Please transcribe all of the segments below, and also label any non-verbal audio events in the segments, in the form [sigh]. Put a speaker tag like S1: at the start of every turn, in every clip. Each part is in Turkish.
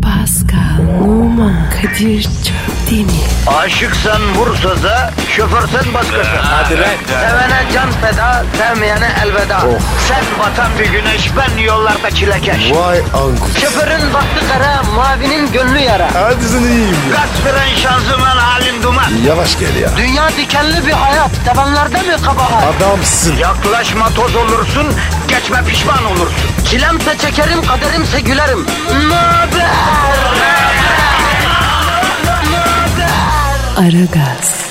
S1: Pascal, Oman, Kadir çok değil mi?
S2: Aşıksan vursa da şoförsen başkasın. Hadi
S3: lan. Oh.
S2: Sevene can feda, sevmeyene elveda. Sen batan bir güneş, ben yollarda çilekeş.
S3: Vay anku.
S2: Şoförün baktı kara, mavinin gönlü yara.
S3: Hadi sen iyiyim ya.
S2: Kasperen şanzıman halin duman.
S3: Yavaş gel ya.
S2: Dünya dikenli bir hayat, sevenlerde mi kabahar?
S3: Adamsın.
S2: Yaklaşma toz olursun, geçme pişman olursun. Çilemse çekerim, kaderimse gülerim. Möber!
S1: Aragaz,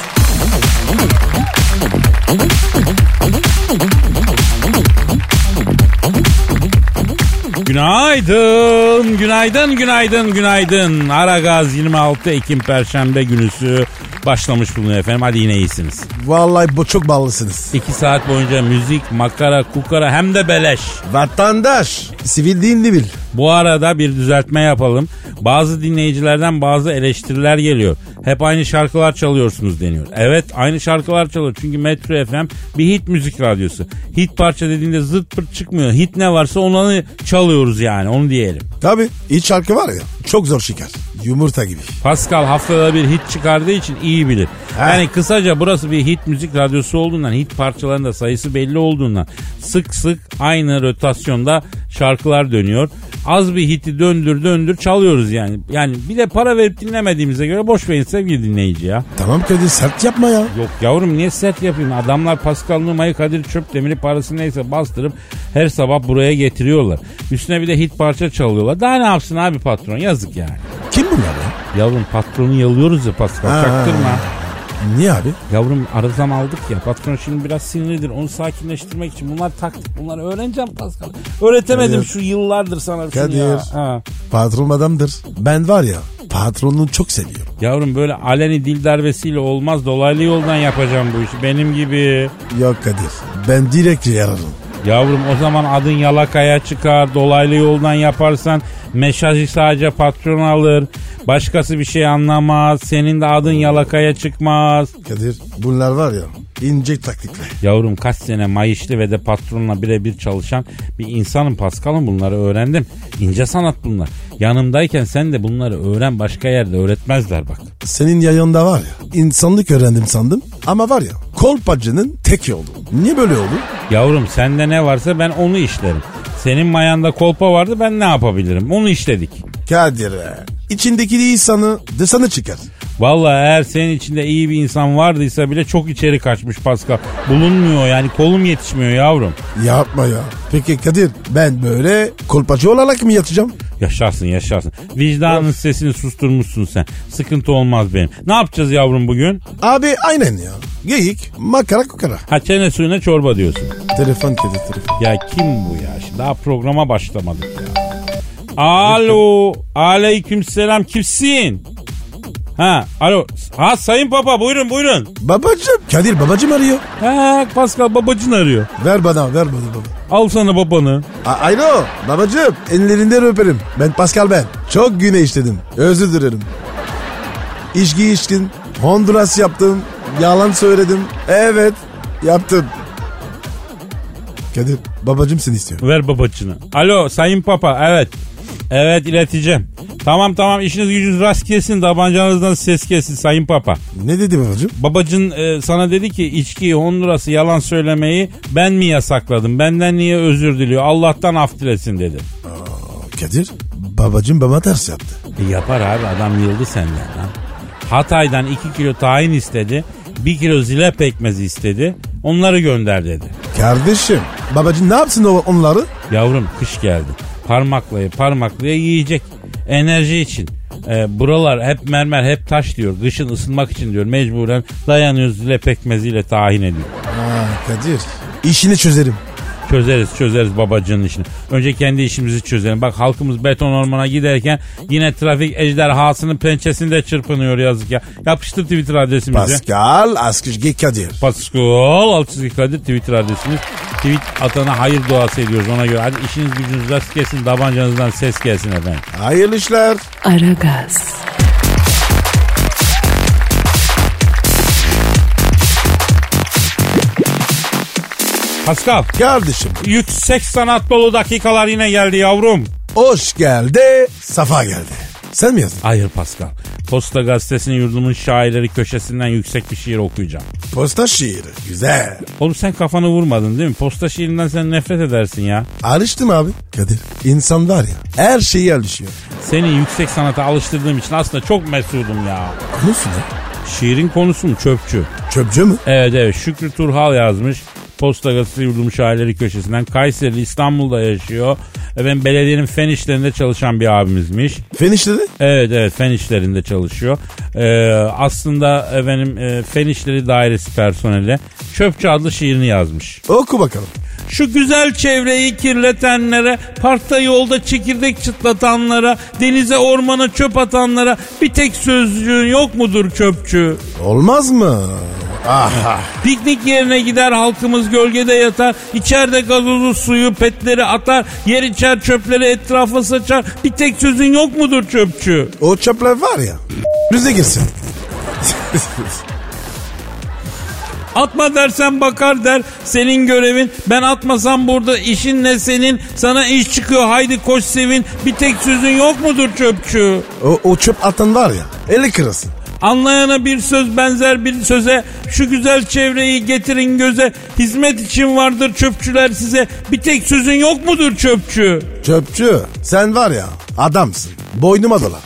S4: Günaydın, günaydın, günaydın, günaydın. Aragaz 26 Ekim Perşembe günüsü başlamış bulunuyor efendim. Hadi yine iyisiniz.
S3: Vallahi bu çok ballısınız.
S4: 2 saat boyunca müzik, makara, kukara hem de beleş.
S3: Vatandaş. Sivil değil de bil.
S4: Bu arada bir düzeltme yapalım. Bazı dinleyicilerden bazı eleştiriler geliyor. Hep aynı şarkılar çalıyorsunuz deniyor. Evet aynı şarkılar çalıyor. Çünkü Metro FM bir hit müzik radyosu. Hit parça dediğinde zırt pırt çıkmıyor. Hit ne varsa onu çalıyoruz yani onu diyelim.
S5: Tabi iç şarkı var ya çok zor şeker. Yumurta gibi.
S4: Pascal haftada bir hit çıkardığı için iyi bilir. Yani kısaca burası bir hit müzik radyosu olduğundan, hit parçalarının da sayısı belli olduğundan sık sık aynı rotasyonda şarkılar dönüyor. Az bir hiti döndür döndür çalıyoruz yani. Yani bir de para verip dinlemediğimize göre boş verin sevgili dinleyici ya.
S5: Tamam Kadir sert yapma ya.
S4: Yok yavrum niye set yapayım? Adamlar Pascal Numa'yı Kadir Çöpdemir'i parası neyse bastırıp her sabah buraya getiriyorlar. Üstüne bir de hit parça çalıyorlar. Daha ne yapsın abi patron yazık yani.
S5: Kim bunlar ya?
S4: Yavrum patronu yalıyoruz ya Pascal
S5: Ha.
S4: çaktırma.
S5: Niye abi?
S4: Yavrum arızam aldık ya patron şimdi biraz sinirlidir onu sakinleştirmek için bunlar taktik bunları öğreneceğim Pascal. Öğretemedim
S5: Kadir.
S4: şu yıllardır sana şunu
S5: Kadir.
S4: ya. Ha.
S5: Patron adamdır. Ben var ya patronunu çok seviyorum.
S4: Yavrum böyle aleni dil darbesiyle olmaz dolaylı yoldan yapacağım bu işi benim gibi.
S5: Yok Kadir ben direkt yararım.
S4: Yavrum o zaman adın yalakaya çıkar. Dolaylı yoldan yaparsan mesajı sadece patron alır. Başkası bir şey anlamaz. Senin de adın yalakaya çıkmaz.
S5: Kadir bunlar var ya ince taktikle.
S4: Yavrum kaç sene mayışlı ve de patronla birebir çalışan bir insanım Paskal'ım bunları öğrendim. İnce sanat bunlar. Yanımdayken sen de bunları öğren başka yerde öğretmezler bak.
S5: Senin yayında var ya insanlık öğrendim sandım ama var ya kolpacının tek yolu. Niye böyle oldu?
S4: Yavrum sende ne varsa ben onu işlerim. Senin mayanda kolpa vardı ben ne yapabilirim? Onu işledik.
S5: Kadir be. İçindeki de insanı dışına çıkar.
S4: Vallahi eğer senin içinde iyi bir insan vardıysa bile çok içeri kaçmış Pascal. Bulunmuyor yani kolum yetişmiyor yavrum.
S5: Yapma ya. Peki Kadir ben böyle kolpacı olarak mı yatacağım?
S4: Yaşarsın yaşarsın. Vicdanın sesini susturmuşsun sen. Sıkıntı olmaz benim. Ne yapacağız yavrum bugün?
S5: Abi aynen ya. Geyik, makara kukara.
S4: Ha çene suyuna çorba diyorsun.
S5: Telefon kedi telefon.
S4: Ya kim bu ya? Şimdi Daha programa başlamadık ya. Alo. Aleyküm selam. Kimsin? Ha alo. Ha sayın papa buyurun buyurun.
S5: Babacım. Kadir babacım arıyor.
S4: Ha Pascal babacın arıyor.
S5: Ver bana ver bana baba.
S4: Al sana babanı.
S5: A- Alo babacım ellerinden öperim. Ben Pascal ben. Çok güne işledim. Özür dilerim. İçki içtin. Honduras yaptım. Yalan söyledim. Evet yaptım. Kadir babacım seni istiyor.
S4: Ver babacını. Alo Sayın Papa evet. Evet ileteceğim. Tamam tamam işiniz gücünüz rast kesin tabancanızdan ses kesin Sayın Papa.
S5: Ne dedi babacım?
S4: Babacın e, sana dedi ki içkiyi Honduras'ı yalan söylemeyi ben mi yasakladım? Benden niye özür diliyor? Allah'tan af dilesin dedi.
S5: Kadir babacım baba ters yaptı.
S4: E, yapar abi adam yıldı senden lan. Hatay'dan 2 kilo tahin istedi. 1 kilo zile pekmezi istedi. Onları gönder dedi.
S5: Kardeşim babacım ne yapsın o- onları?
S4: Yavrum kış geldi. Parmaklaya parmaklaya yiyecek. Enerji için. E, buralar hep mermer hep taş diyor. Kışın ısınmak için diyor. Mecburen dayanıyoruz zile pekmeziyle tahin ediyor.
S5: Ha, Kadir işini çözerim.
S4: Çözeriz çözeriz babacının işini. Önce kendi işimizi çözelim. Bak halkımız beton ormana giderken yine trafik ejderhasının pençesinde çırpınıyor yazık ya. Yapıştır Twitter adresimizi.
S5: Pascal Askışgi Kadir.
S4: Pascal Altçizgi Kadir Twitter adresimiz. Tweet atana hayır duası ediyoruz ona göre. Hadi işiniz gücünüz rast gelsin, tabancanızdan ses gelsin efendim.
S5: Hayırlı işler.
S1: Aragaz,
S4: Pascal,
S5: Kardeşim
S4: yüksek sanat dolu dakikalar yine geldi yavrum.
S5: hoş geldi, safa geldi. Sen mi yazdın?
S4: Hayır Pascal. Posta gazetesinin yurdumun şairleri köşesinden yüksek bir şiir okuyacağım.
S5: Posta şiiri. Güzel.
S4: Oğlum sen kafanı vurmadın değil mi? Posta şiirinden sen nefret edersin ya.
S5: Alıştım abi. Kadir. İnsan var ya her şeyi alışıyor.
S4: Seni yüksek sanata alıştırdığım için aslında çok mesudum ya.
S5: Konusu ne?
S4: Şiirin konusu mu çöpçü?
S5: Çöpçü mü?
S4: Evet evet Şükrü Turhal yazmış. Posta gazetesi yurdum şairleri köşesinden. Kayseri İstanbul'da yaşıyor. Efendim belediyenin fen işlerinde çalışan bir abimizmiş.
S5: Fen işleri?
S4: Evet evet fen işlerinde çalışıyor. Ee, aslında efendim e, fen işleri dairesi personeli Çöpçü adlı şiirini yazmış.
S5: Oku bakalım.
S4: Şu güzel çevreyi kirletenlere, parkta yolda çekirdek çıtlatanlara, denize ormana çöp atanlara bir tek sözcüğün yok mudur çöpçü?
S5: Olmaz mı? Aha.
S4: Piknik yerine gider halkımız gölgede yatar. içeride gazozu suyu petleri atar. Yer içer çöpleri etrafa saçar. Bir tek sözün yok mudur çöpçü?
S5: O çöpler var ya. [clears throat] Rüze girsin.
S4: Atma dersen bakar der senin görevin. Ben atmasam burada işin ne senin? Sana iş çıkıyor haydi koş sevin. Bir tek sözün yok mudur çöpçü?
S5: O, o çöp atan var ya. Eli kırasın.
S4: Anlayana bir söz benzer bir söze Şu güzel çevreyi getirin göze Hizmet için vardır çöpçüler size Bir tek sözün yok mudur çöpçü?
S5: Çöpçü sen var ya adamsın. Boynuma dolan.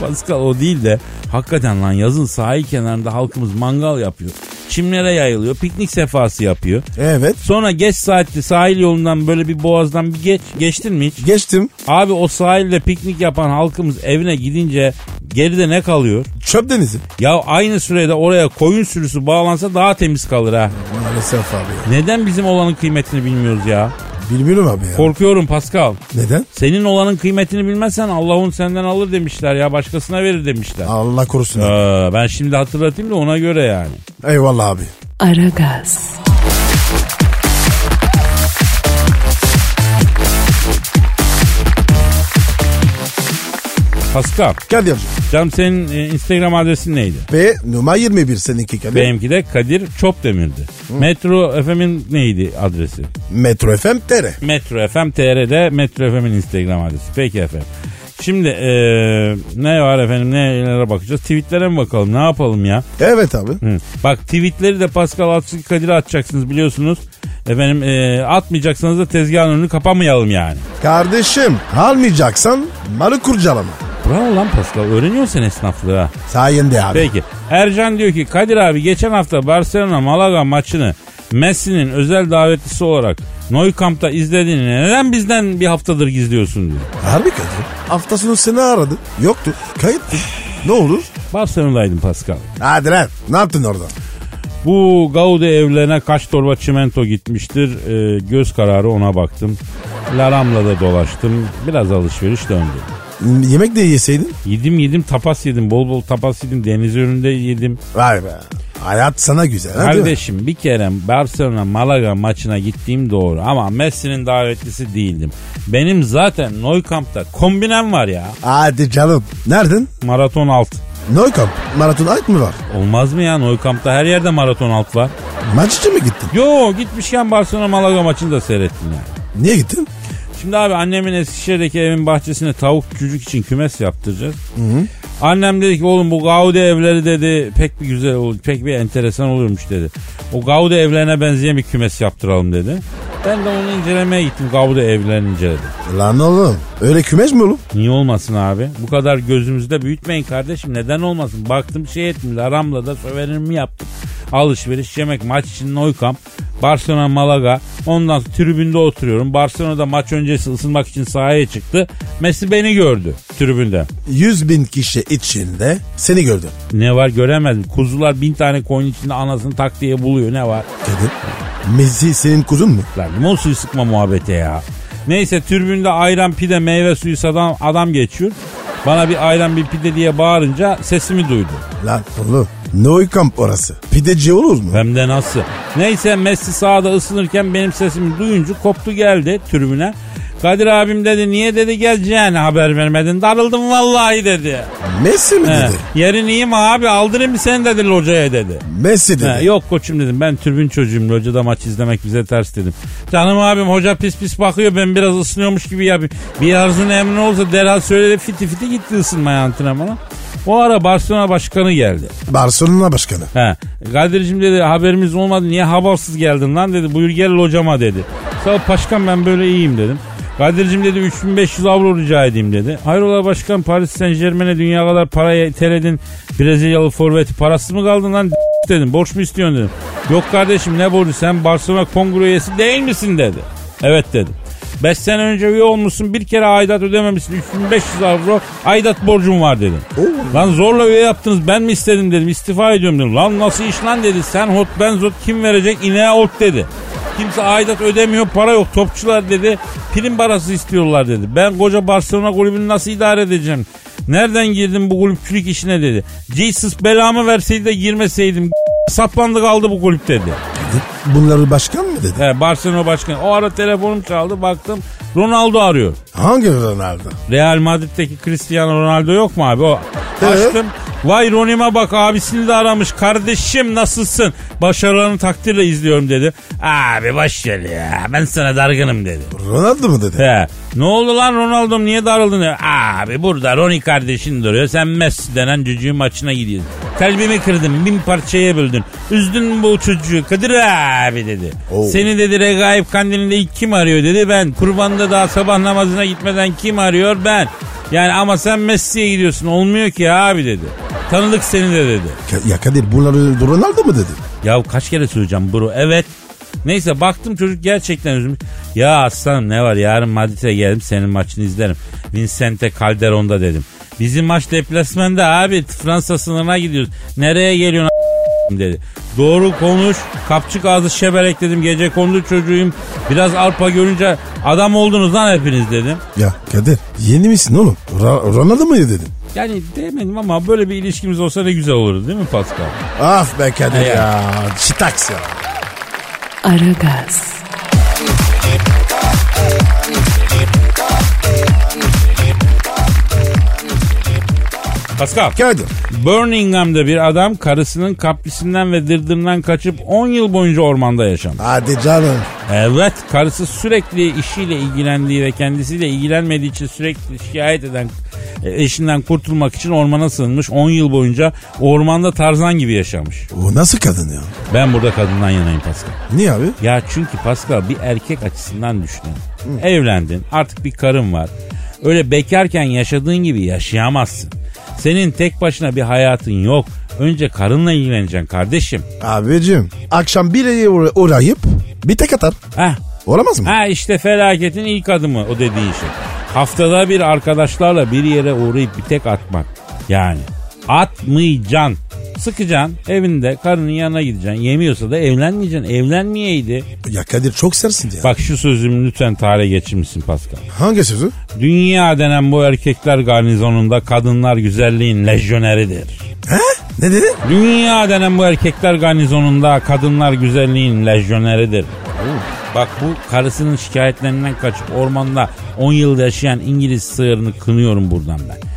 S4: Pascal o değil de hakikaten lan yazın sahil kenarında halkımız mangal yapıyor. Çimlere yayılıyor, piknik sefası yapıyor.
S5: Evet.
S4: Sonra geç saatte sahil yolundan böyle bir boğazdan bir geç. Geçtin mi hiç?
S5: Geçtim.
S4: Abi o sahilde piknik yapan halkımız evine gidince geride ne kalıyor?
S5: Çöp denizi.
S4: Ya aynı sürede oraya koyun sürüsü bağlansa daha temiz kalır ha.
S5: Maalesef abi ya.
S4: Neden bizim olanın kıymetini bilmiyoruz ya?
S5: Bilmiyorum abi ya.
S4: Korkuyorum Pascal.
S5: Neden?
S4: Senin olanın kıymetini bilmezsen Allah'ın senden alır demişler ya başkasına verir demişler.
S5: Allah korusun. abi.
S4: Ee, ben şimdi hatırlatayım da ona göre yani.
S5: Eyvallah abi.
S1: Aragaz,
S4: Pascal,
S5: Kadir.
S4: canım senin e, Instagram adresin neydi?
S5: Ve numara 21 seninki Kadir.
S4: Benimki de Kadir Çopdemir'di. Metro FM'in neydi adresi?
S5: Metro FM TR.
S4: Metro FM TR'de Metro FM'in Instagram adresi. Peki efendim. Şimdi e, ne var efendim nelere bakacağız? Tweetlere mi bakalım ne yapalım ya?
S5: Evet abi.
S4: Hı. Bak tweetleri de Pascal Atsız Kadir'e atacaksınız biliyorsunuz. Efendim e, atmayacaksanız da tezgahın önünü kapamayalım yani.
S5: Kardeşim almayacaksan malı kurcalama.
S4: Bravo lan Pascal öğreniyorsun esnaflığı ha.
S5: Sayende abi.
S4: Peki. Ercan diyor ki Kadir abi geçen hafta Barcelona Malaga maçını Messi'nin özel davetlisi olarak Nou Camp'ta izlediğini neden bizden bir haftadır gizliyorsun diyor.
S5: Harbi Kadir. Hafta sonu seni aradı. Yoktu. Kayıttı. ne olur?
S4: Barcelona'daydım Pascal.
S5: Hadi lan. Ne yaptın orada?
S4: Bu Gaudi evlerine kaç torba çimento gitmiştir Ee, göz kararı ona baktım. Laram'la da dolaştım. Biraz alışveriş döndü.
S5: Yemek de yeseydin.
S4: Yedim yedim tapas yedim. Bol bol tapas yedim. Deniz üründe yedim.
S5: Vay be. Hayat sana güzel. ha, değil mi?
S4: Kardeşim bir kere Barcelona Malaga maçına gittiğim doğru ama Messi'nin davetlisi değildim. Benim zaten Nou Camp'ta kombinem var ya.
S5: Hadi canım. Nereden?
S4: Maraton alt.
S5: Neukamp. Maraton alt mı var?
S4: Olmaz mı ya Nou Camp'ta her yerde maraton alt var.
S5: Maç için mi gittin?
S4: Yo gitmişken Barcelona Malaga maçını da seyrettim yani.
S5: Niye gittin?
S4: Şimdi abi annemin Eskişehir'deki evin bahçesine tavuk cücük için kümes yaptıracağız. Annem dedi ki oğlum bu Gaudi evleri dedi pek bir güzel olur, pek bir enteresan olurmuş dedi. O Gaudi evlerine benzeyen bir kümes yaptıralım dedi. Ben de onu incelemeye gittim Gaudi evlerini inceledim.
S5: Lan oğlum. Öyle kümeş mi oğlum?
S4: Niye olmasın abi? Bu kadar gözümüzde büyütmeyin kardeşim. Neden olmasın? Baktım şey etmedi. Aramla da söverenimi yaptım. Alışveriş, yemek, maç için Noykam. Barcelona, Malaga. Ondan sonra tribünde oturuyorum. Barcelona'da maç öncesi ısınmak için sahaya çıktı. Messi beni gördü tribünde.
S5: 100 bin kişi içinde seni gördüm.
S4: Ne var göremedim. Kuzular bin tane koyun içinde anasını tak diye buluyor. Ne var?
S5: Kadir. Mezi senin kuzun mu?
S4: Lan limon suyu sıkma muhabbete ya. Neyse türbünde ayran pide meyve suyu satan adam geçiyor. Bana bir ayran bir pide diye bağırınca sesimi duydu.
S5: Lan oğlum. Neukamp orası. Pideci olur mu?
S4: Hem de nasıl. Neyse Messi sahada ısınırken benim sesimi duyunca koptu geldi tribüne. Kadir abim dedi niye dedi geleceğini haber vermedin. Darıldım vallahi dedi.
S5: Messi mi
S4: He,
S5: dedi?
S4: Yerin iyi mi abi aldırayım mı seni dedi locaya dedi.
S5: Messi dedi.
S4: He, yok koçum dedim ben türbün çocuğum locada maç izlemek bize ters dedim. Canım abim hoca pis pis bakıyor ben biraz ısınıyormuş gibi yapayım. Bir arzın emri olsa derhal söyledi fiti fiti gitti ısınmaya antrenmana. O ara Barcelona başkanı geldi.
S5: Barcelona başkanı.
S4: He. Kadir'cim dedi haberimiz olmadı niye habersiz geldin lan dedi. Buyur gel hocama dedi. Sağ ol başkan ben böyle iyiyim dedim. Kadir'cim dedi 3500 avro rica edeyim dedi. Hayrola başkan Paris Saint Germain'e dünya kadar para iteledin. Brezilyalı forveti parasız mı kaldın lan [laughs] dedim. Borç mu istiyorsun dedim. Yok kardeşim ne borcu sen Barcelona kongre üyesi değil misin dedi. Evet dedim. 5 sene önce üye olmuşsun bir kere aidat ödememişsin 3500 avro aidat borcum var dedim. Lan zorla üye yaptınız ben mi istedim dedim istifa ediyorum dedim. Lan nasıl iş lan dedi sen hot ben zot kim verecek ineğe ot dedi. Kimse aidat ödemiyor para yok topçular dedi prim parası istiyorlar dedi. Ben koca Barcelona kulübünü nasıl idare edeceğim? Nereden girdim bu kulüpçülük işine dedi. Jesus belamı verseydi de girmeseydim saplandı kaldı bu kulüp dedi.
S5: Bunları başkan mı dedi?
S4: He, Barcelona başkanı. O ara telefonum çaldı baktım Ronaldo arıyor.
S5: Hangi Ronaldo?
S4: Real Madrid'deki Cristiano Ronaldo yok mu abi? O açtım. Vay Ronim'e bak abisini de aramış. Kardeşim nasılsın? Başarılarını takdirle izliyorum dedi. Abi başarı ya. Ben sana dargınım dedi.
S5: Ronaldo mu dedi?
S4: He. Ne oldu lan Ronaldo'm niye darıldın? dedi. Abi burada Roni kardeşin duruyor. Sen Messi denen çocuğun maçına gidiyorsun. Kalbimi kırdın. Bin parçaya böldün. Üzdün bu çocuğu. Kadir abi dedi.
S5: Oo.
S4: Seni dedi regaip kandilinde ilk kim arıyor dedi. Ben kurbanda daha sabah namazına gitmeden kim arıyor? Ben. Yani ama sen Messi'ye gidiyorsun. Olmuyor ki abi dedi. Tanıdık seni de dedi.
S5: Ka- Ya Kadir bunları Ronaldo mu dedi?
S4: Ya kaç kere söyleyeceğim bro evet. Neyse baktım çocuk gerçekten üzülmüş. Ya aslanım ne var yarın Madrid'e geldim senin maçını izlerim. Vincente Calderon'da dedim. Bizim maç deplasmanda abi Fransa sınırına gidiyoruz. Nereye geliyorsun a- dedi. Doğru konuş. Kapçık ağzı şeberek dedim. Gece kondu çocuğum. Biraz arpa görünce adam oldunuz lan hepiniz dedim.
S5: Ya Kadir yeni misin oğlum? Ra- Ronaldo mu dedin?
S4: Yani demedim ama böyle bir ilişkimiz olsa ne güzel olurdu değil mi Pascal?
S5: Af Ah be Kadir
S4: Evet.
S5: ya. Çitaks ya.
S1: Aragaz,
S4: Pascal.
S5: Kadir.
S4: Birmingham'da bir adam karısının kaprisinden ve dırdırından kaçıp 10 yıl boyunca ormanda yaşamış.
S5: Hadi canım.
S4: Evet karısı sürekli işiyle ilgilendiği ve kendisiyle ilgilenmediği için sürekli şikayet eden e, eşinden kurtulmak için ormana sığınmış. 10 yıl boyunca ormanda tarzan gibi yaşamış.
S5: O nasıl kadın ya?
S4: Ben burada kadından yanayım Pascal.
S5: Niye abi?
S4: Ya çünkü Pascal bir erkek açısından düşünün. Evlendin artık bir karın var. Öyle bekarken yaşadığın gibi yaşayamazsın. Senin tek başına bir hayatın yok. Önce karınla ilgileneceksin kardeşim.
S5: Abicim akşam bireye uğra- uğrayıp bir tek atar.
S4: Heh.
S5: Olamaz mı?
S4: Ha işte felaketin ilk adımı o dediğin şey. Haftada bir arkadaşlarla bir yere uğrayıp bir tek atmak. Yani atmayacaksın. Sıkacaksın evinde karının yanına gideceksin. Yemiyorsa da evlenmeyeceksin. Evlenmeyeydi.
S5: Ya Kadir çok sersin ya.
S4: Bak şu sözümü lütfen tarihe geçirmişsin Pascal.
S5: Hangi sözü?
S4: Dünya denen bu erkekler garnizonunda kadınlar güzelliğin lejyoneridir.
S5: He? Ne dedi?
S4: Dünya denen bu erkekler garnizonunda kadınlar güzelliğin lejyoneridir. Bak bu karısının şikayetlerinden kaçıp ormanda 10 yıl yaşayan İngiliz sığırını kınıyorum buradan ben.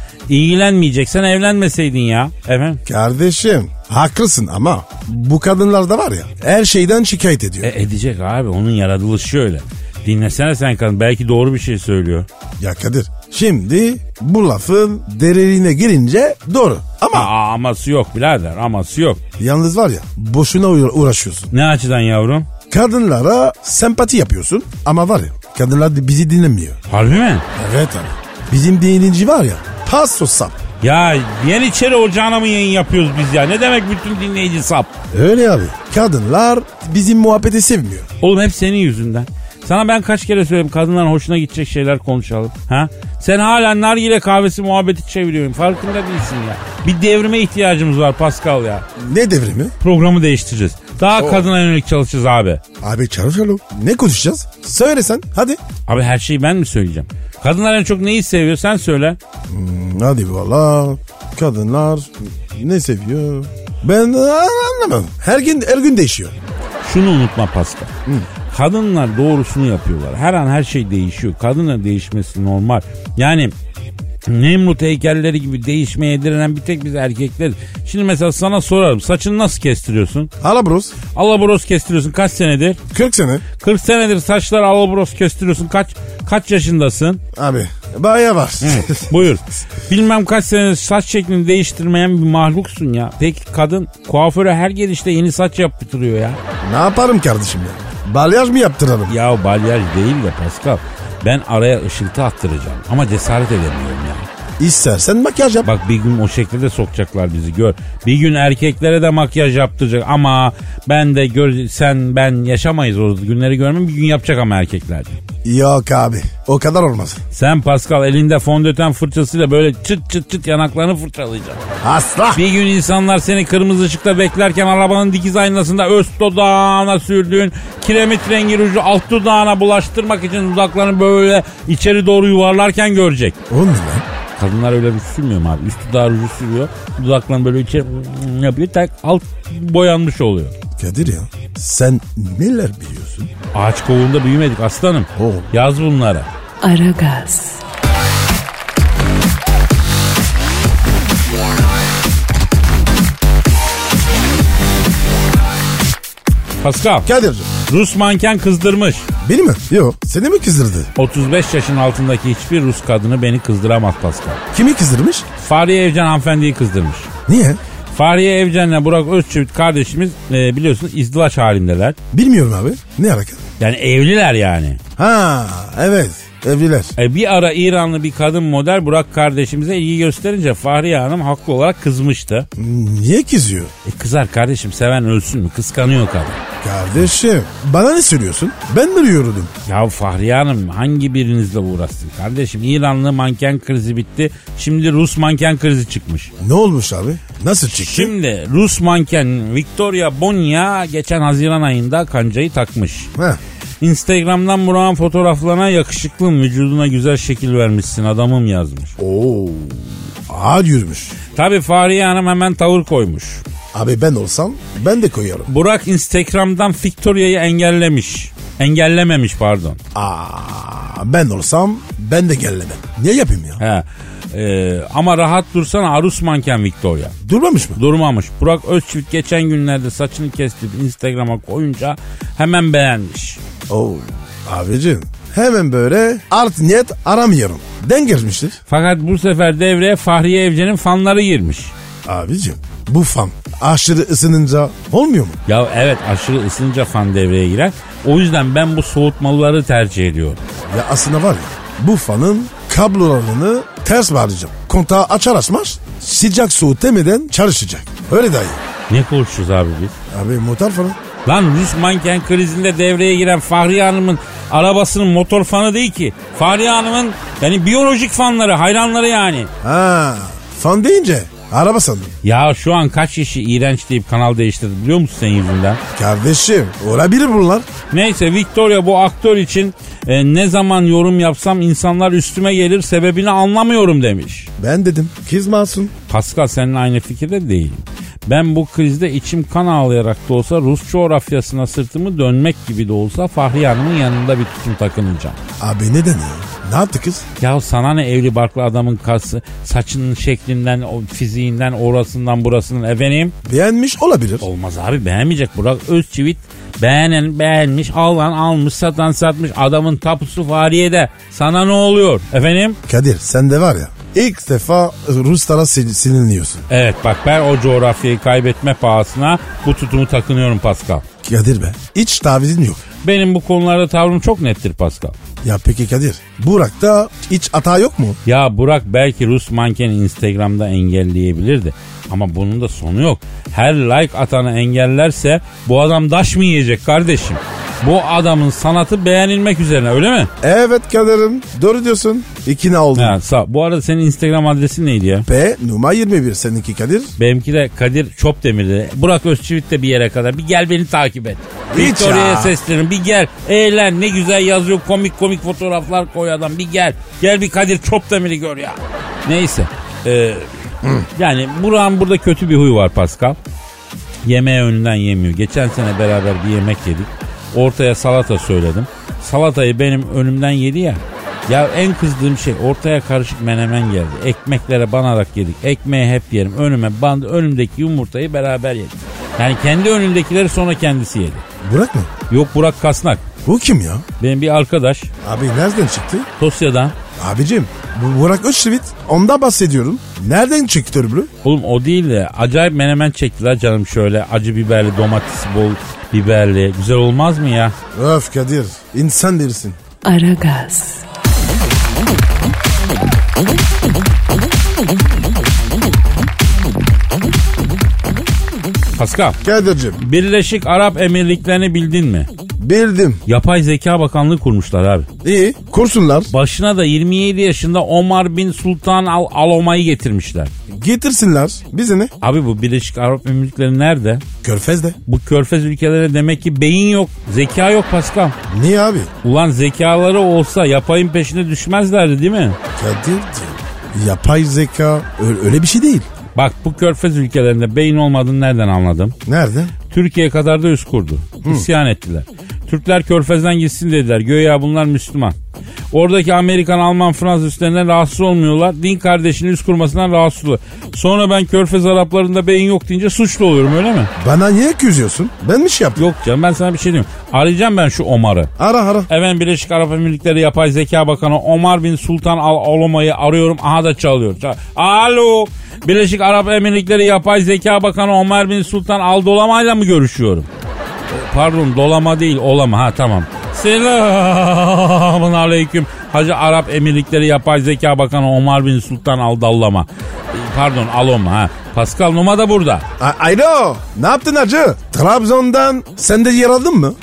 S4: İlgilenmeyeceksen evlenmeseydin ya. Efendim?
S5: Kardeşim haklısın ama bu kadınlar da var ya her şeyden şikayet ediyor.
S4: E, edecek abi onun yaratılışı şöyle. Dinlesene sen kadın belki doğru bir şey söylüyor.
S5: Ya Kadir şimdi bu lafın dereliğine girince doğru. Ama
S4: Aa, aması yok birader aması yok.
S5: yalnız var ya boşuna uğra- uğraşıyorsun.
S4: Ne açıdan yavrum?
S5: Kadınlara sempati yapıyorsun ama var ya kadınlar da bizi dinlemiyor.
S4: Harbi mi?
S5: Evet abi. Bizim dinleyici var ya paso sap.
S4: Ya Yeniçeri Ocağı'na mı yayın yapıyoruz biz ya? Ne demek bütün dinleyici sap?
S5: Öyle abi. Kadınlar bizim muhabbeti sevmiyor.
S4: Oğlum hep senin yüzünden. Sana ben kaç kere söyledim kadınların hoşuna gidecek şeyler konuşalım. Ha? Sen hala nargile kahvesi muhabbeti çeviriyorsun. Farkında değilsin ya. Bir devrime ihtiyacımız var Pascal ya.
S5: Ne devrimi?
S4: Programı değiştireceğiz. Daha kadına yönelik çalışacağız abi.
S5: Abi çalışalım. Ne konuşacağız? Söylesen hadi.
S4: Abi her şeyi ben mi söyleyeceğim? Kadınlar en çok neyi seviyor sen söyle.
S5: Hmm, Hadi valla. Kadınlar ne seviyor? Ben anlamadım. Her gün her gün değişiyor.
S4: Şunu unutma Pascal. Kadınlar doğrusunu yapıyorlar. Her an her şey değişiyor. Kadının değişmesi normal. Yani Nemrut heykelleri gibi değişmeye direnen bir tek biz erkekler. Şimdi mesela sana sorarım. Saçını nasıl kestiriyorsun?
S5: Hala bros.
S4: Alabros kestiriyorsun kaç senedir?
S5: 40 sene.
S4: 40 senedir saçlar alabros kestiriyorsun. Kaç kaç yaşındasın?
S5: Abi baya var.
S4: [laughs] Buyur. Bilmem kaç senedir saç şeklini değiştirmeyen bir mahluksun ya. Peki kadın kuaföre her gelişte yeni saç yaptırıyor ya.
S5: [laughs] ne yaparım kardeşim ya? Balyaj mı yaptıralım?
S4: Ya balyaj değil de Pascal. Ben araya ışıltı attıracağım ama cesaret edemiyorum ya.
S5: İstersen makyaj yap.
S4: Bak bir gün o şekilde sokacaklar bizi gör. Bir gün erkeklere de makyaj yaptıracak ama ben de gör, sen ben yaşamayız o günleri görmem bir gün yapacak ama erkekler.
S5: Yok abi o kadar olmaz.
S4: Sen Pascal elinde fondöten fırçasıyla böyle çıt çıt çıt yanaklarını fırçalayacaksın.
S5: Asla.
S4: Bir gün insanlar seni kırmızı ışıkta beklerken arabanın dikiz aynasında öst dudağına sürdüğün kiremit rengi ruju alt dudağına bulaştırmak için dudaklarını böyle içeri doğru yuvarlarken görecek.
S5: O ne lan?
S4: Kadınlar öyle bir şey sürmüyor mu abi? Üst dudağı ruju sürüyor. Dudaklarını böyle içeri yapıyor. Tak alt boyanmış oluyor.
S5: Kadir ya sen neler biliyorsun?
S4: Ağaç kovuğunda büyümedik aslanım.
S5: Oo.
S4: Yaz bunları.
S1: Aragaz,
S4: Pascal,
S5: Kadir'cim
S4: Rus manken kızdırmış.
S5: beni mi? Yok seni mi kızdırdı?
S4: 35 yaşın altındaki hiçbir Rus kadını beni kızdıramaz Pascal.
S5: Kimi kızdırmış?
S4: Fahriye Evcen hanımefendiyi kızdırmış.
S5: Niye?
S4: Fahriye Evcen'le Burak Özçivit kardeşimiz e, biliyorsunuz izdivaç halindeler.
S5: Bilmiyorum abi. Ne alaka?
S4: Yani evliler yani.
S5: Ha evet evliler.
S4: E, bir ara İranlı bir kadın model Burak kardeşimize ilgi gösterince Fahriye Hanım haklı olarak kızmıştı.
S5: Niye kızıyor?
S4: E, kızar kardeşim seven ölsün mü? Kıskanıyor kadın.
S5: Kardeşim bana ne söylüyorsun? Ben mi yürüdüm?
S4: Ya Fahriye Hanım hangi birinizle uğraşsın kardeşim? İranlı manken krizi bitti. Şimdi Rus manken krizi çıkmış.
S5: Ne olmuş abi? Nasıl çıktı?
S4: Şimdi Rus manken Victoria Bonya geçen Haziran ayında kancayı takmış.
S5: Ha,
S4: Instagram'dan Burak'ın fotoğraflarına yakışıklım vücuduna güzel şekil vermişsin adamım yazmış.
S5: Oo, ağır yürümüş.
S4: Tabi Fahriye Hanım hemen tavır koymuş.
S5: Abi ben olsam ben de koyarım.
S4: Burak Instagram'dan Victoria'yı engellemiş. Engellememiş pardon.
S5: Aa, ben olsam ben de gellemem. Niye yapayım ya?
S4: He. Ee, ama rahat dursana Arus manken Victoria.
S5: Durmamış mı?
S4: Durmamış. Burak Özçivit geçen günlerde saçını kestirip Instagram'a koyunca hemen beğenmiş.
S5: Oo, abicim hemen böyle art niyet aramıyorum. Den geçmiştir.
S4: Fakat bu sefer devreye Fahriye Evcen'in fanları girmiş.
S5: Abicim bu fan aşırı ısınınca olmuyor mu?
S4: Ya evet aşırı ısınca fan devreye girer. O yüzden ben bu soğutmalıları tercih ediyorum.
S5: Ya aslında var ya bu fanın kablolarını ters bağlayacağım. Kontağı açar açmaz sıcak soğuk demeden çalışacak. Öyle daha iyi.
S4: Ne konuşuyoruz abi biz?
S5: Abi motor falan.
S4: Lan Rus manken krizinde devreye giren Fahriye Hanım'ın arabasının motor fanı değil ki. Fahriye Hanım'ın yani biyolojik fanları, hayranları yani.
S5: Ha, fan deyince araba sandım.
S4: Ya şu an kaç kişi iğrenç deyip kanal değiştirdi biliyor musun senin yüzünden?
S5: Kardeşim olabilir bunlar.
S4: Neyse Victoria bu aktör için e, ne zaman yorum yapsam insanlar üstüme gelir sebebini anlamıyorum demiş.
S5: Ben dedim kız masum.
S4: Pascal seninle aynı fikirde değilim. Ben bu krizde içim kan ağlayarak da olsa Rus coğrafyasına sırtımı dönmek gibi de olsa Fahriye Hanım'ın yanında bir tutum takınacağım.
S5: Abi neden ya? Ne yaptı kız?
S4: Ya sana ne evli barklı adamın kası, saçının şeklinden, o fiziğinden, orasından, burasından efendim?
S5: Beğenmiş olabilir.
S4: Olmaz abi beğenmeyecek Burak Özçivit. Beğenen beğenmiş, alan almış, satan satmış. Adamın tapusu fariyede. Sana ne oluyor efendim?
S5: Kadir sen de var ya ilk defa Ruslara sil- sinirleniyorsun.
S4: Evet bak ben o coğrafyayı kaybetme pahasına bu tutumu takınıyorum Pascal.
S5: Kadir be hiç tavizin yok.
S4: Benim bu konularda tavrım çok nettir Pascal.
S5: Ya peki Kadir Burak'ta hiç hata yok mu?
S4: Ya Burak belki Rus mankeni Instagram'da engelleyebilirdi. Ama bunun da sonu yok. Her like atanı engellerse bu adam daş mı yiyecek kardeşim? Bu adamın sanatı beğenilmek üzerine öyle mi?
S5: Evet Kadir'im doğru diyorsun. İkna oldum.
S4: Ha, sağ. Bu arada senin Instagram adresin neydi ya?
S5: P numara 21 seninki Kadir.
S4: Benimki de Kadir Çopdemir'di. Burak Özçivit de bir yere kadar. Bir gel beni takip et.
S5: Hiç
S4: Victoria'ya
S5: ya.
S4: seslenin. Bir gel. Eğlen ne güzel yazıyor. Komik komik fotoğraflar koy adam. Bir gel. Gel bir Kadir Çopdemir'i gör ya. Neyse. Ee, yani Burak'ın burada kötü bir huyu var Pascal. Yemeği önünden yemiyor. Geçen sene beraber bir yemek yedik. Ortaya salata söyledim. Salatayı benim önümden yedi ya. Ya en kızdığım şey ortaya karışık menemen geldi. Ekmeklere banarak yedik. Ekmeği hep yerim. Önüme bandı. Önümdeki yumurtayı beraber yedik. Yani kendi önündekileri sonra kendisi yedi.
S5: Burak mı?
S4: Yok Burak Kasnak.
S5: Bu kim ya?
S4: Benim bir arkadaş.
S5: Abi nereden çıktı?
S4: Tosya'dan.
S5: Abicim bu Burak Özçivit ondan bahsediyorum. Nereden çıktı bu?
S4: Oğlum o değil de acayip menemen çektiler canım şöyle. Acı biberli, domatesi bol biberli. Güzel olmaz mı ya?
S5: Öf Kadir insan dersin.
S1: Aragaz,
S4: Pascal.
S5: Kadir'cim
S4: Birleşik Arap Emirliklerini bildin mi?
S5: bildim.
S4: Yapay zeka bakanlığı kurmuşlar abi.
S5: İyi kursunlar.
S4: Başına da 27 yaşında Omar bin Sultan Al Aloma'yı getirmişler.
S5: Getirsinler. Bize ne?
S4: Abi bu Birleşik Arap Emirlikleri nerede?
S5: Körfez'de.
S4: Bu körfez ülkelere demek ki beyin yok, zeka yok Pascal.
S5: Niye abi?
S4: Ulan zekaları olsa yapayın peşine düşmezlerdi değil mi?
S5: Kadir'cim yapay zeka ö- öyle bir şey değil.
S4: Bak bu körfez ülkelerinde beyin olmadığını nereden anladım?
S5: Nerede?
S4: Türkiye kadar da üst kurdu. İsyan ettiler. Türkler körfezden gitsin dediler. Göya bunlar Müslüman. Oradaki Amerikan, Alman, Fransız üstlerinden rahatsız olmuyorlar. Din kardeşinin üst kurmasından rahatsız oluyor. Sonra ben körfez Araplarında beyin yok deyince suçlu oluyorum öyle mi?
S5: Bana niye küzüyorsun? Ben mi şey yaptım?
S4: Yok canım ben sana bir şey diyorum. Arayacağım ben şu Omar'ı.
S5: Ara ara.
S4: Efendim Birleşik Arap Emirlikleri Yapay Zeka Bakanı Omar Bin Sultan Al Oloma'yı arıyorum. Aha da çalıyor. Çal- Alo. Birleşik Arap Emirlikleri Yapay Zeka Bakanı Omar Bin Sultan Al Dolama'yla mı görüşüyorum? E, Pardon dolama değil olama ha tamam. Selamun aleyküm. Hacı Arap Emirlikleri Yapay Zeka Bakanı Omar Bin Sultan Al Dallama. E, Pardon Aloma ha. Pascal Numa da burada.
S5: A- Alo ne yaptın hacı? Trabzon'dan sen de yer aldın mı?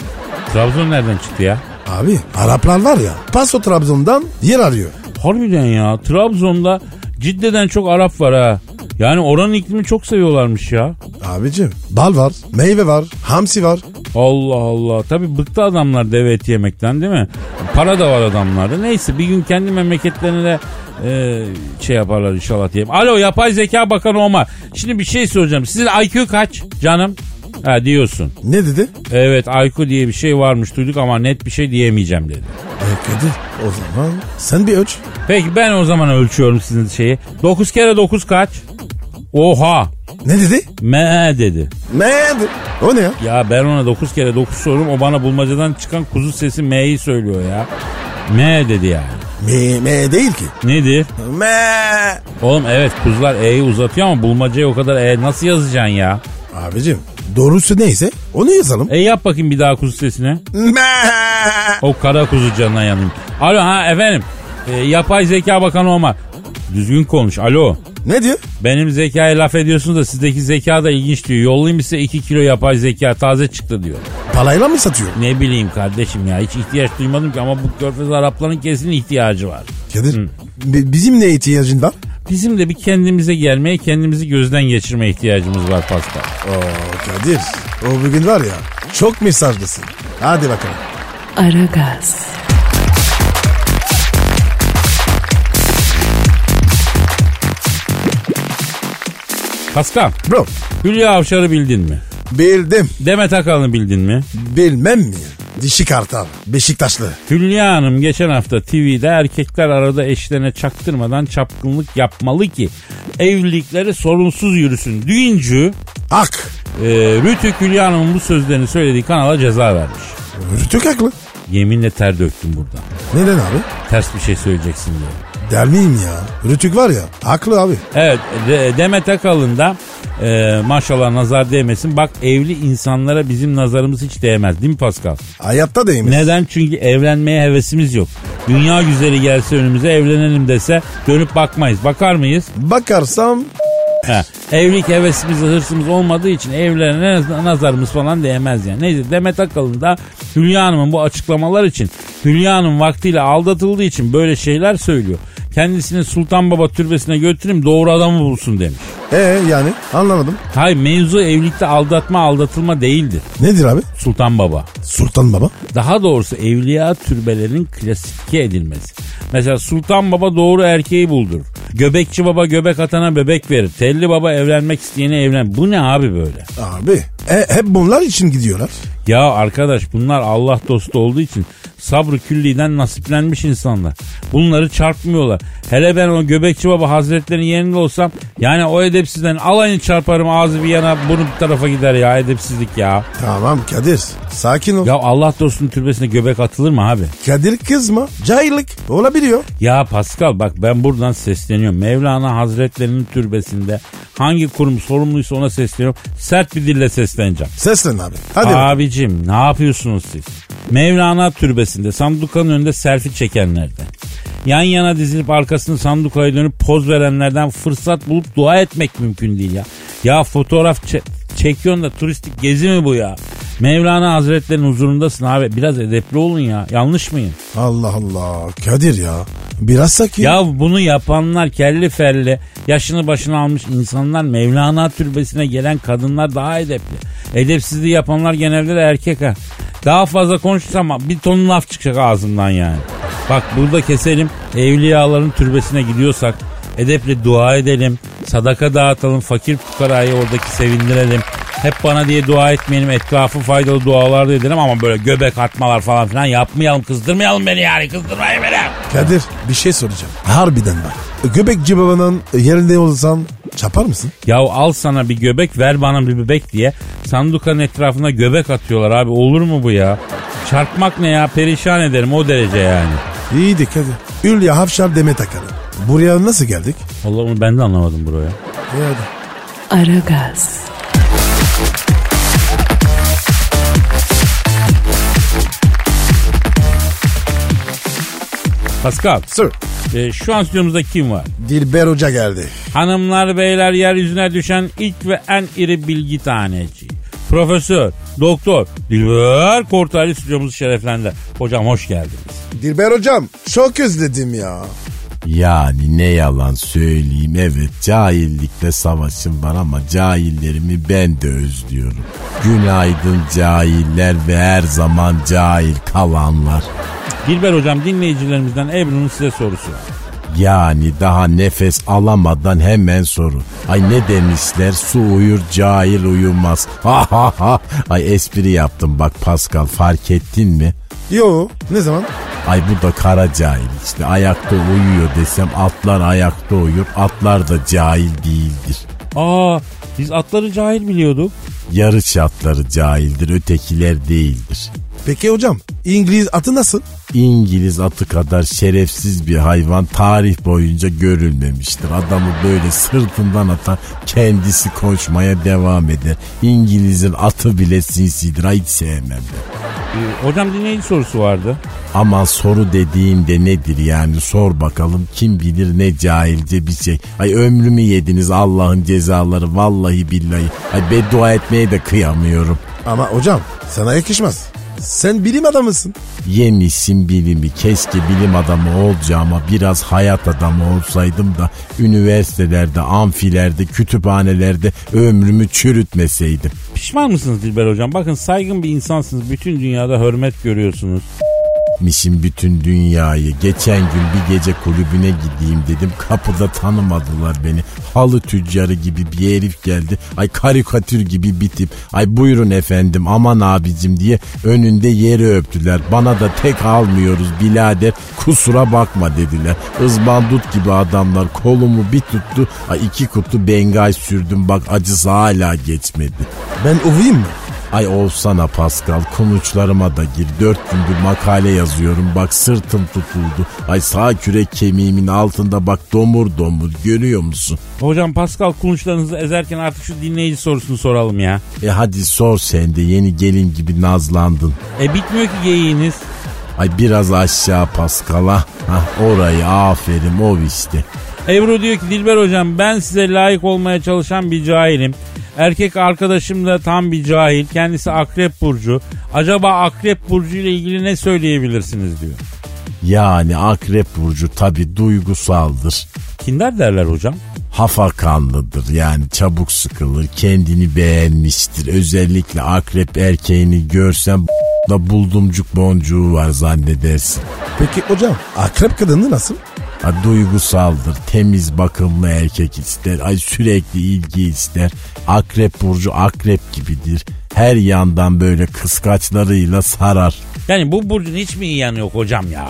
S4: Trabzon nereden çıktı ya?
S5: Abi Araplar var ya Paso Trabzon'dan yer arıyor.
S4: Harbiden ya Trabzon'da ciddeden çok Arap var ha. Yani oranın iklimi çok seviyorlarmış ya.
S5: Abicim bal var, meyve var, hamsi var.
S4: Allah Allah. Tabi bıktı adamlar deve eti yemekten değil mi? Para da var adamlarda. Neyse bir gün kendi memleketlerine de e, şey yaparlar inşallah diyeyim. Alo yapay zeka bakanı Omar. Şimdi bir şey soracağım. Sizin IQ kaç canım? Ha diyorsun.
S5: Ne dedi?
S4: Evet IQ diye bir şey varmış duyduk ama net bir şey diyemeyeceğim dedi.
S5: E, Kadir o zaman sen bir ölç.
S4: Peki ben o zaman ölçüyorum sizin şeyi. 9 kere 9 kaç? Oha.
S5: Ne dedi?
S4: Me dedi.
S5: Ne dedi? O ne ya?
S4: Ya ben ona 9 kere 9 sorum o bana bulmacadan çıkan kuzu sesi M'yi söylüyor ya. M dedi yani.
S5: Me, me değil ki.
S4: Nedir?
S5: Me.
S4: Oğlum evet kuzular E'yi uzatıyor ama bulmacaya o kadar E nasıl yazacaksın ya?
S5: Abicim doğrusu neyse onu yazalım.
S4: E yap bakayım bir daha kuzu sesini.
S5: Me.
S4: O kara kuzu canına yanayım. Alo ha efendim. E, yapay zeka bakanı Omar. Düzgün konuş alo.
S5: Ne diyor?
S4: Benim zekaya laf ediyorsunuz da sizdeki zeka da ilginç diyor. Yollayayım size 2 kilo yapay zeka taze çıktı diyor.
S5: Parayla mı satıyor?
S4: Ne bileyim kardeşim ya hiç ihtiyaç duymadım ki ama bu körfez Arapların kesin ihtiyacı var.
S5: Kadir bi- bizim ne ihtiyacın var?
S4: Bizim de bir kendimize gelmeye, kendimizi gözden geçirme ihtiyacımız var Pascal.
S5: Oo Kadir o bugün var ya çok mesajlısın. Hadi bakalım.
S1: Aragaz,
S4: Pascal,
S5: Bro
S4: Hülya Avşar'ı bildin mi?
S5: bildim
S4: Demet Akalın'ı bildin mi?
S5: bilmem mi? Dişi kartal Beşiktaşlı.
S4: Hülya Hanım geçen hafta TV'de erkekler arada eşlerine çaktırmadan çapkınlık yapmalı ki evlilikleri sorunsuz yürüsün deyince
S5: Ak.
S4: e, Rütük Hülya Hanım'ın bu sözlerini söylediği kanala ceza vermiş.
S5: Rütük haklı.
S4: Yeminle ter döktüm burada.
S5: Neden abi?
S4: Ters bir şey söyleyeceksin diye.
S5: Der miyim ya? Rütük var ya haklı abi.
S4: Evet De- Demet Akalın da e, maşallah nazar değmesin. Bak evli insanlara bizim nazarımız hiç değmez değil mi Pascal?
S5: Hayatta değil mi?
S4: Neden? Çünkü evlenmeye hevesimiz yok. Dünya güzeli gelse önümüze evlenelim dese dönüp bakmayız. Bakar mıyız?
S5: Bakarsam
S4: He. Evlilik hevesimiz, hırsımız olmadığı için evlerine nazarımız falan değmez yani. Neyse Demet Akalın da Hülya Hanım'ın bu açıklamalar için Hülya Hanım vaktiyle aldatıldığı için böyle şeyler söylüyor. Kendisini Sultan Baba türbesine götüreyim doğru adamı bulsun demiş.
S5: ee yani anlamadım.
S4: Hayır mevzu evlilikte aldatma aldatılma değildir
S5: Nedir abi?
S4: Sultan Baba.
S5: Sultan Baba.
S4: Daha doğrusu evliya türbelerinin klasifike edilmesi. Mesela Sultan Baba doğru erkeği buldur. Göbekçi Baba göbek atana bebek verir. Telli Baba evlenmek isteyene evlen. Bu ne abi böyle?
S5: Abi e, hep bunlar için gidiyorlar.
S4: Ya arkadaş bunlar Allah dostu olduğu için sabrı külliden nasiplenmiş insanlar. Bunları çarpmıyorlar. Hele ben o Göbekçi Baba Hazretleri'nin yerinde olsam yani o edepsizden alayını çarparım ağzı bir yana burnu bir tarafa gider ya edepsizlik ya.
S5: Tamam Kadir sakin ol.
S4: Ya Allah dostunun türbesine göbek atılır mı abi?
S5: Kadir kızma cahillik olabiliyor.
S4: Ya Pascal bak ben buradan sesleniyorum. Mevlana Hazretleri'nin türbesinde hangi kurum sorumluysa ona sesleniyorum. Sert bir dille sesleneceğim.
S5: Seslen abi hadi. be.
S4: Abicim ne yapıyorsunuz siz? Mevlana türbesinde sandukanın önünde selfie çekenlerden. Yan yana dizilip arkasını sandukaya dönüp poz verenlerden fırsat bulup dua etmek mümkün değil ya. Ya fotoğraf çe- çekiyorsun da turistik gezi mi bu ya? Mevlana Hazretleri'nin huzurundasın abi. Biraz edepli olun ya. Yanlış mıyım?
S5: Allah Allah Kadir ya biraz sakin.
S4: Ya bunu yapanlar kelli felli yaşını başına almış insanlar Mevlana türbesine gelen kadınlar daha edepli. Edepsizliği yapanlar genelde de erkek ha. Daha fazla konuşursam bir ton laf çıkacak ağzımdan yani. Bak burada keselim evliyaların türbesine gidiyorsak edeple dua edelim. Sadaka dağıtalım fakir fukarayı oradaki sevindirelim. Hep bana diye dua etmeyelim etrafı faydalı dualar da edelim ama böyle göbek atmalar falan filan yapmayalım kızdırmayalım beni yani kızdırmayın beni.
S5: Kadir bir şey soracağım. Harbiden bak. Göbekçi babanın yerinde olsan çapar mısın?
S4: Ya al sana bir göbek ver bana bir bebek diye sandukanın etrafına göbek atıyorlar abi olur mu bu ya? Çarpmak ne ya perişan ederim o derece yani.
S5: İyiydi Kadir. Ülya Hafşar Demet Akalın. Buraya nasıl geldik?
S4: Allah onu ben de anlamadım buraya.
S5: E hadi.
S1: Aragaz,
S4: Pascal
S5: Sir.
S4: e, şu an stüdyomuzda kim var?
S5: Dilber Hoca geldi.
S4: Hanımlar beyler yeryüzüne düşen ilk ve en iri bilgi taneci. Profesör, doktor, Dilber Kortaylı stüdyomuzu şereflendi. Hocam hoş geldiniz.
S5: Dilber Hocam çok özledim ya.
S6: Yani ne yalan söyleyeyim evet cahillikle savaşım var ama cahillerimi ben de özlüyorum. Günaydın cahiller ve her zaman cahil kalanlar.
S4: Dilber hocam dinleyicilerimizden Ebru'nun size sorusu. var.
S6: Yani daha nefes alamadan hemen sorun. Ay ne demişler su uyur cahil uyumaz. [laughs] Ha ha ha. Ay espri yaptım bak Pascal fark ettin mi?
S5: Yo ne zaman?
S6: Ay bu da kara cahil işte ayakta uyuyor desem atlar ayakta uyur atlar da cahil değildir.
S4: Aa biz atları cahil biliyorduk.
S6: Yarış atları cahildir, ötekiler değildir.
S5: Peki hocam İngiliz atı nasıl?
S6: İngiliz atı kadar şerefsiz bir hayvan tarih boyunca görülmemiştir. Adamı böyle sırtından atar, kendisi koşmaya devam eder. İngiliz'in atı bile sinsidir, ay hiç sevmem ben.
S4: Ee, hocam dinleyici sorusu vardı.
S6: Ama soru dediğinde nedir yani sor bakalım kim bilir ne cahilce bir şey. Ay ömrümü yediniz Allah'ın cezaları vallahi billahi. Ay beddua etmeye de kıyamıyorum.
S5: Ama hocam sana yakışmaz. Sen bilim adamısın.
S6: Yemişsin bilimi keşke bilim adamı olacağıma biraz hayat adamı olsaydım da üniversitelerde, amfilerde, kütüphanelerde ömrümü çürütmeseydim.
S4: Pişman mısınız Dilber hocam? Bakın saygın bir insansınız. Bütün dünyada hürmet görüyorsunuz.
S6: Mişim bütün dünyayı. Geçen gün bir gece kulübüne gideyim dedim. Kapıda tanımadılar beni. Halı tüccarı gibi bir herif geldi. Ay karikatür gibi bir tip. Ay buyurun efendim aman abicim diye önünde yeri öptüler. Bana da tek almıyoruz bilader kusura bakma dediler. Izbandut gibi adamlar kolumu bir tuttu. Ay iki kutu bengay sürdüm bak acısı hala geçmedi.
S5: Ben uvayım mı?
S6: Ay olsana Pascal konuçlarıma da gir. Dört gündür makale yazıyorum bak sırtım tutuldu. Ay sağ kürek kemiğimin altında bak domur domur görüyor musun?
S4: Hocam Pascal kulunçlarınızı ezerken artık şu dinleyici sorusunu soralım ya.
S6: E hadi sor sen de yeni gelin gibi nazlandın.
S4: E bitmiyor ki geyiğiniz.
S6: Ay biraz aşağı Pascal'a. Hah orayı aferin o işte.
S4: Ebru diyor ki Dilber hocam ben size layık olmaya çalışan bir cahilim. Erkek arkadaşım da tam bir cahil. Kendisi akrep burcu. Acaba akrep burcu ile ilgili ne söyleyebilirsiniz diyor.
S6: Yani akrep burcu tabi duygusaldır.
S4: Kinder derler hocam.
S6: hafakanlıdır yani çabuk sıkılır kendini beğenmiştir özellikle akrep erkeğini görsen da buldumcuk boncuğu var zannedersin.
S5: Peki hocam akrep kadını nasıl?
S6: Ay duygusaldır, temiz bakımlı erkek ister. Ay sürekli ilgi ister. Akrep burcu akrep gibidir. Her yandan böyle kıskaçlarıyla sarar.
S4: Yani bu burcun hiç mi iyi yanı yok hocam ya?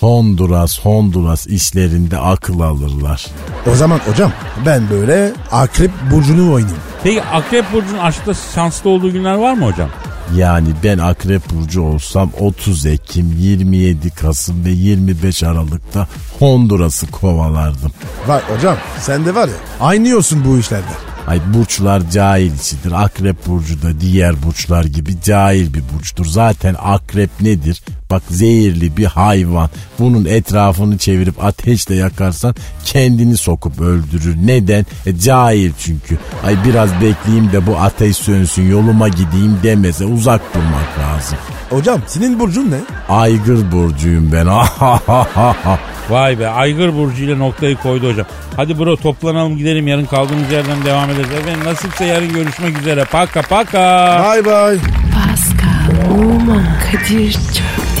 S6: Honduras, Honduras işlerinde akıl alırlar.
S5: O zaman hocam ben böyle akrep burcunu oynayayım.
S4: Peki Akrep Burcu'nun aşkta şanslı olduğu günler var mı hocam?
S6: Yani ben akrep burcu olsam 30 Ekim, 27 Kasım ve 25 Aralık'ta Honduras'ı kovalardım.
S5: Var hocam sen de var ya aynıyorsun bu işlerde.
S6: Ay burçlar cahil içidir. Akrep burcu da diğer burçlar gibi cahil bir burçtur. Zaten akrep nedir? Bak zehirli bir hayvan. Bunun etrafını çevirip ateşle yakarsan kendini sokup öldürür. Neden? E, cahil çünkü. Ay biraz bekleyeyim de bu ateş sönsün yoluma gideyim demese uzak durmak lazım.
S5: Hocam senin burcun ne?
S6: Aygır burcuyum ben. [laughs]
S4: Vay be Aygır Burcu ile noktayı koydu hocam. Hadi bro toplanalım gidelim yarın kaldığımız yerden devam ederiz. Efendim nasipse yarın görüşmek üzere. Paka paka.
S5: Bay bay.
S1: Pascal, Oman, Kadir çok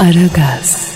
S1: Aragaz.